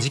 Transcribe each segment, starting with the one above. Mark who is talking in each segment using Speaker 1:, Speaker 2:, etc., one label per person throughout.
Speaker 1: 時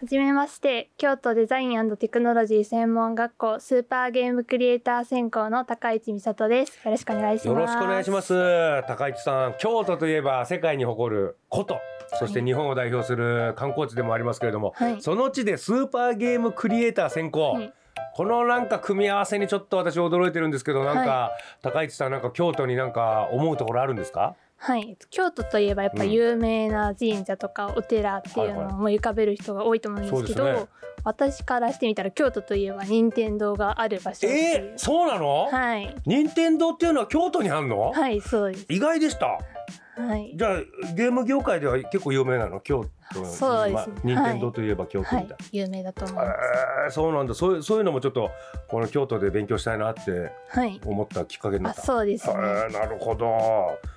Speaker 2: はじめまして、京都デザインテクノロジー専門学校スーパーゲームクリエイター専攻の高市美里です。よろしくお願いします。
Speaker 3: よろしくお願いします高市さん京都といえば世界に誇る古都そして日本を代表する観光地でもありますけれども、
Speaker 2: はい
Speaker 3: その地でスーパーゲームクリエイター専攻、
Speaker 2: はい
Speaker 3: このなんか組み合わせにちょっと私驚いてるんですけどなんか、高市さんなんか京都になんか思うところあるんですか
Speaker 2: はい、京都といえばやっぱ有名な神社とかお寺っていうのを思い浮かべる人が多いと思うんですけど、
Speaker 3: はいはいそう
Speaker 2: 私からしてみたら京都といえば任天堂がある場所ってい
Speaker 3: え
Speaker 2: う
Speaker 3: ー、そうなの、
Speaker 2: はい、
Speaker 3: 任天堂っていうのは京都にあんの、
Speaker 2: はい、そうです。
Speaker 3: 意外でした
Speaker 2: はい、
Speaker 3: じゃあゲーム業界では結構有名なの京都
Speaker 2: そうですね
Speaker 3: 任天堂といえば京都みた
Speaker 2: はいい
Speaker 3: な、、
Speaker 2: 有名だと思います。
Speaker 3: えーそうなんだそういうそういうのもちょっとこの京都で勉強したいなって
Speaker 2: はい、
Speaker 3: 思ったきっかけにな
Speaker 2: あ、
Speaker 3: った
Speaker 2: そうですね。
Speaker 3: えーなるほど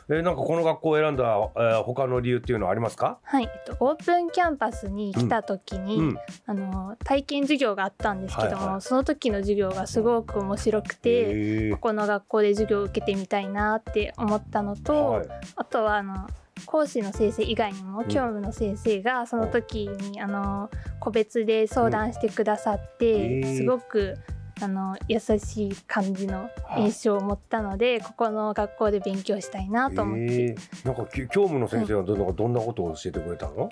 Speaker 3: えーなんかこの学校を選んだ、えー他の理由っていうのはありますか
Speaker 2: はい、えっと、オープンキャンパスに来た時に、
Speaker 3: うん
Speaker 2: あの体験授業があったんですけども、
Speaker 3: はいはい
Speaker 2: その時の授業がすごく面白くて、
Speaker 3: えー
Speaker 2: ここの学校で授業を受けてみたいなって思ったのと、
Speaker 3: はい
Speaker 2: あとはあの講師の先生以外にも
Speaker 3: ん
Speaker 2: 教務の先生がその時に、あの個別で相談してくださって、
Speaker 3: うんへえ
Speaker 2: すごくあの優しい感じの印象を持ったので、ここの学校で勉強したいなと思って、
Speaker 3: えーなんかき教務の先生はどんな、どんなことを教えてくれたの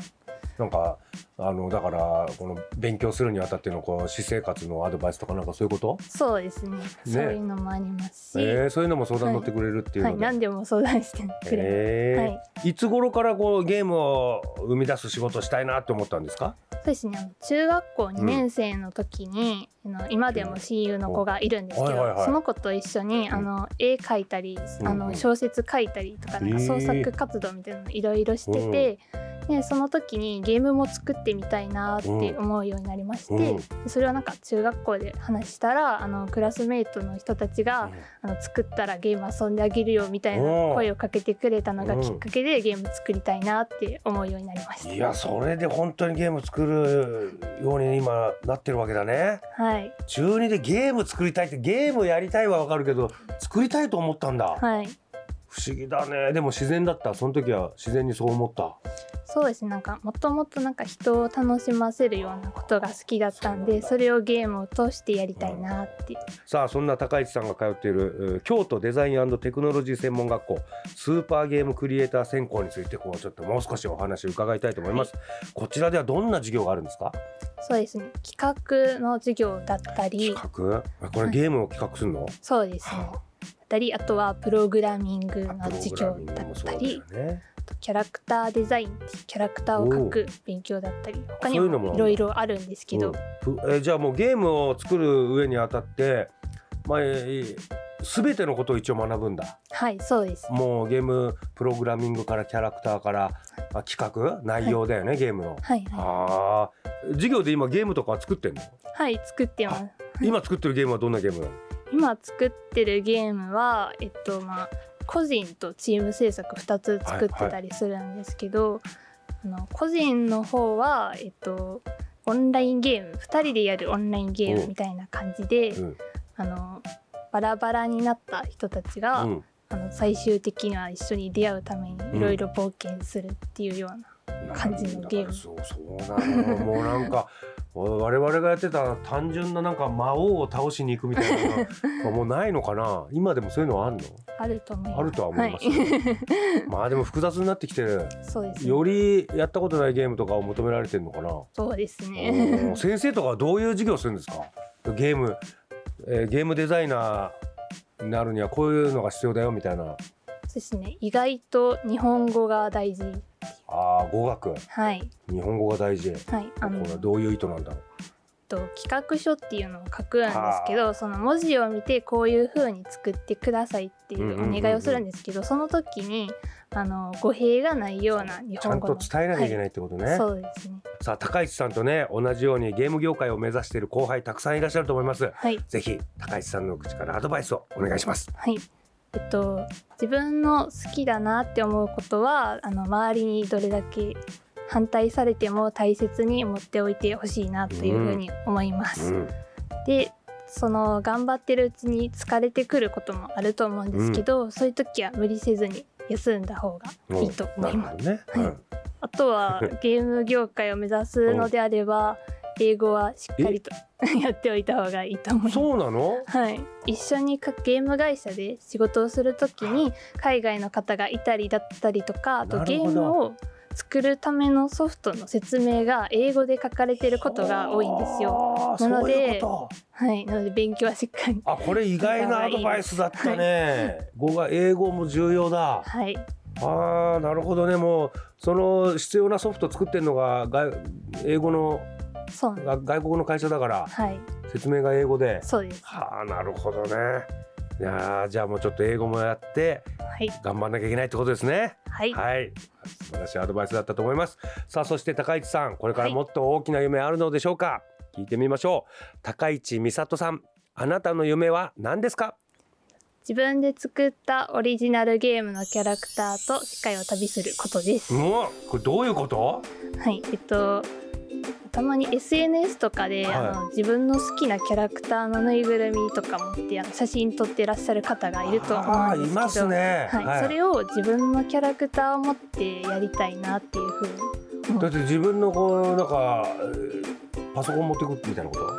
Speaker 3: なんかあのだからこの勉強するにあたってのこう私生活のアドバイスとかなんかそういうこと、
Speaker 2: そうですねそういうのもありますし、
Speaker 3: えー、そういうのも相談乗ってくれるっていう
Speaker 2: は
Speaker 3: の
Speaker 2: い、
Speaker 3: で、
Speaker 2: 何でも相談してくれます
Speaker 3: えー
Speaker 2: はい
Speaker 3: い、つ頃からこうゲームを生み出す仕事したいなって思ったんですか
Speaker 2: そうですねあの中学校2年生の時に、あの今でも親友の子がいるんですけ
Speaker 3: は
Speaker 2: ど、
Speaker 3: いはいはい
Speaker 2: その子と一緒にあの絵描いたり、
Speaker 3: うん
Speaker 2: あの小説書いたりとかなん
Speaker 3: へ
Speaker 2: か
Speaker 3: え
Speaker 2: 創作活動みたいなのいろいろしてて、でその時にゲームも作ってみたいなって思うようになりまして、
Speaker 3: うん
Speaker 2: それはなんか中学校で話したらあのクラスメートの人たちが、あの作ったらゲーム遊んであげるよみたいな
Speaker 3: おー
Speaker 2: 声をかけてくれたのがきっかけで、ゲーム作りたいなって思うようになりました。
Speaker 3: いやそれで本当にゲーム作るように今なってるわけだね
Speaker 2: はい、
Speaker 3: 中二でゲーム作りたいってゲームやりたいはわかるけど作りたいと思ったんだ、
Speaker 2: はい
Speaker 3: 不思議だねでも自然だったその時は自然にそう思った
Speaker 2: そうですねなんかもともとなんか人を楽しませるようなことが好きだったんでそれをゲームを通してやりたいなって、
Speaker 3: さあそんな高市さんが通っているえー京都デザインテクノロジー専門学校スーパーゲームクリエイター専攻についてこうちょっともう少しお話を伺いたいと思います、こちらではどんな授業があるんですか
Speaker 2: そうですね企画の授業だったり
Speaker 3: 企画これゲームを企画するの、
Speaker 2: そうですねだ
Speaker 3: は
Speaker 2: ったりあとはプログラミングの
Speaker 3: あ
Speaker 2: 授業だ
Speaker 3: も
Speaker 2: っ
Speaker 3: そう
Speaker 2: た
Speaker 3: だ
Speaker 2: り
Speaker 3: よね
Speaker 2: キャラクターデザインっていうキャラクターを描く勉強だったり他に
Speaker 3: そういうのもある
Speaker 2: も
Speaker 3: ん
Speaker 2: い
Speaker 3: だ
Speaker 2: ろいろあるんですけど、
Speaker 3: うんふえーじゃあもうゲームを作る上にあたってまあ、えー全てのことを一応学ぶんだ
Speaker 2: はいそうです
Speaker 3: もうゲームプログラミングからキャラクターからあ企画内容だよね、ゲームの。
Speaker 2: はいは
Speaker 3: あー授業で今ゲームとか作ってんの
Speaker 2: い、はい、作ってます
Speaker 3: 今作ってるゲームはどんなゲームなの
Speaker 2: 今作ってるゲームはえっとまあ個人とチーム制作2つ作ってたりするんですけど、あの個人の方はえっとオンラインゲーム2人でやるオンラインゲームみたいな感じで、
Speaker 3: うん
Speaker 2: あのバラバラになった人たちが、
Speaker 3: うん
Speaker 2: あの最終的には一緒に出会うためにいろいろ冒険するっていうような、感じのゲーム
Speaker 3: なんだそうそうなのもうなんか 我々がやってた単純ななんか魔王を倒しに行くみたいなのがもうないのかな今でもそういうのはあるの
Speaker 2: あると思います
Speaker 3: あるとは思いますよ、
Speaker 2: は
Speaker 3: まあでも複雑になってきてる
Speaker 2: そうですね
Speaker 3: よりやったことないゲームとかを求められてるのかな
Speaker 2: そうですね
Speaker 3: おー先生とかはどういう授業するんですかゲーム、えーゲームデザイナーになるにはこういうのが必要だよみたいな
Speaker 2: そうですね意外と日本語が大事
Speaker 3: あー語学
Speaker 2: はい
Speaker 3: 日本語が大事
Speaker 2: はいあ
Speaker 3: これ
Speaker 2: の
Speaker 3: はどういう意図なんだろう
Speaker 2: と企画書っていうのを書くんですけどその文字を見てこういう風に作ってくださいってい
Speaker 3: んうんうんう
Speaker 2: うんお願いをするんですけど、その時にあの語弊がないような日
Speaker 3: ちゃ
Speaker 2: 本
Speaker 3: ん
Speaker 2: 語
Speaker 3: と
Speaker 2: の
Speaker 3: 伝えなきゃいけないってことね、
Speaker 2: はいそうですね
Speaker 3: さあ高市さんとね同じようにゲーム業界を目指している後輩たくさんいらっしゃると思います
Speaker 2: はい
Speaker 3: ぜひ高市さんの口からアドバイスをお願いします
Speaker 2: はいえっと自分の好きだなって思うことはあの周りにどれだけ反対されても大切に持っておいてほしいなというふうに思います。
Speaker 3: うん
Speaker 2: でその頑張ってるうちに疲れてくることもあると思うんですけど、そういう時は無理せずに休んだ方がいいと思います。
Speaker 3: なるほどね、
Speaker 2: あとはゲーム業界を目指すのであれば英語はしっかりと やっておいた方がいいと
Speaker 3: う
Speaker 2: 思い
Speaker 3: ん、
Speaker 2: ます。
Speaker 3: そうなの
Speaker 2: はい、一緒にかゲーム会社で仕事をするときに海外の方がいたりだったりとかあと
Speaker 3: な
Speaker 2: ゲ
Speaker 3: る
Speaker 2: ー
Speaker 3: ほど
Speaker 2: ムを作るためのソフトの説明が英語で書かれてることが多いんですよ。
Speaker 3: よ
Speaker 2: なので
Speaker 3: と
Speaker 2: はい、なので勉強はしっかり。
Speaker 3: あこれ意外なアドバイスだったね。語が英語も重要だ。
Speaker 2: はい、
Speaker 3: ああなるほどねもうその必要なソフト作ってるのが外英語の
Speaker 2: そうなんです
Speaker 3: が外国の会社だから
Speaker 2: はい、
Speaker 3: 説明が英語で。
Speaker 2: そうです。
Speaker 3: はあなるほどね。いやーじゃあもうちょっと英語もやって
Speaker 2: はい、
Speaker 3: 頑張んなきゃいけないってことですね。
Speaker 2: はい、
Speaker 3: はい素晴らしいアドバイスだったと思います。さあそして高市さんこれからもっと大きな夢あるのでしょうか、聞いてみましょう。高市美里さんあなたの夢は何ですか
Speaker 2: 自分で作ったオリジナルゲームのキャラクターと世界を旅することです。
Speaker 3: もうこれどういうこと
Speaker 2: はい、えっと。たまに SNS とかで、
Speaker 3: はい
Speaker 2: あの自分の好きなキャラクターのぬいぐるみとか持ってあの写真撮ってらっしゃる方がいると思
Speaker 3: あ
Speaker 2: う
Speaker 3: ー
Speaker 2: んですけど
Speaker 3: いますね、
Speaker 2: はいそれを自分のキャラクターを持ってやりたいなっていうふうに
Speaker 3: だって自分のこうなんかえーパソコン持ってくみたいなこと、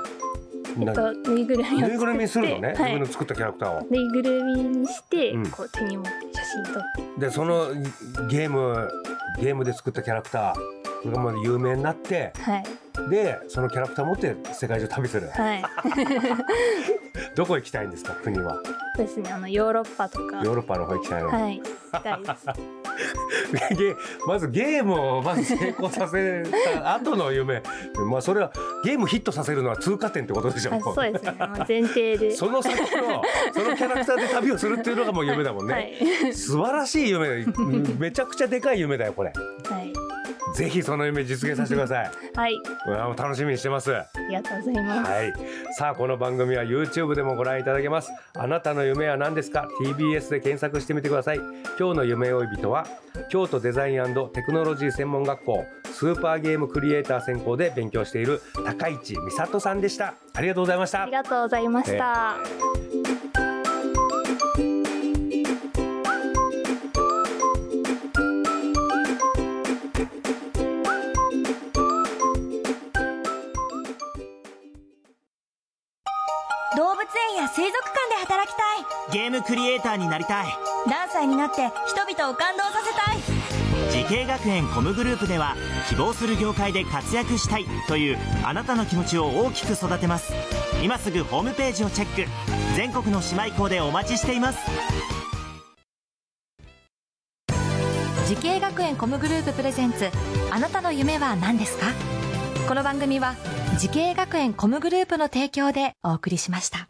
Speaker 2: えっ
Speaker 3: な
Speaker 2: と、ぬいぐるみを作って
Speaker 3: ぬいぐるみするのね、自
Speaker 2: はい
Speaker 3: 分の、作ったキャラクターを
Speaker 2: ぬいぐるみにして、
Speaker 3: うん
Speaker 2: こう手に持って写真撮って
Speaker 3: でそのゲームゲームで作ったキャラクターこれがまで有名になって
Speaker 2: はい
Speaker 3: でそのキャラクター持って世界中旅する、
Speaker 2: はい
Speaker 3: どこ行きたいんですか国は
Speaker 2: そうですねあのヨーロッパとか
Speaker 3: ヨーロッパの方行きたいの、
Speaker 2: はい行きたいです
Speaker 3: ゲまずゲームをまず成功させた後の夢まあそれはゲームヒットさせるのは通過点ってことでしょ
Speaker 2: あそうですねもう前提で
Speaker 3: その先のそのキャラクターで旅をするっていうのがもう夢だもんね、
Speaker 2: はい
Speaker 3: 素晴らしい夢だよめちゃくちゃでかい夢だよこれ
Speaker 2: はい、
Speaker 3: ぜひその夢実現させてください
Speaker 2: はい、
Speaker 3: うわ楽しみにしてますは
Speaker 2: ありがとうございます
Speaker 3: いさあこの番組は YouTube でもご覧いただけますあなたの夢は何ですか TBS で検索してみてください今日の夢追い人は京都デザインテクノロジー専門学校スーパーゲームクリエイター専攻で勉強している高市美里さんでしたありがとうございまし
Speaker 2: あ
Speaker 3: た
Speaker 2: りがとうございました、
Speaker 4: 動物園や水族館で働きたい
Speaker 5: ゲームクリエイターになりたい
Speaker 4: 何歳になって人々を感動させたい
Speaker 5: 時系学園コムグループでは希望する業界で活躍したいというあなたの気持ちを大きく育てます今すぐホームページをチェック全国の姉妹校でお待ちしています
Speaker 6: 時系学園コムグループプレゼンツあなたの夢は何ですかこの番組は時系学園コムグループの提供でお送りしました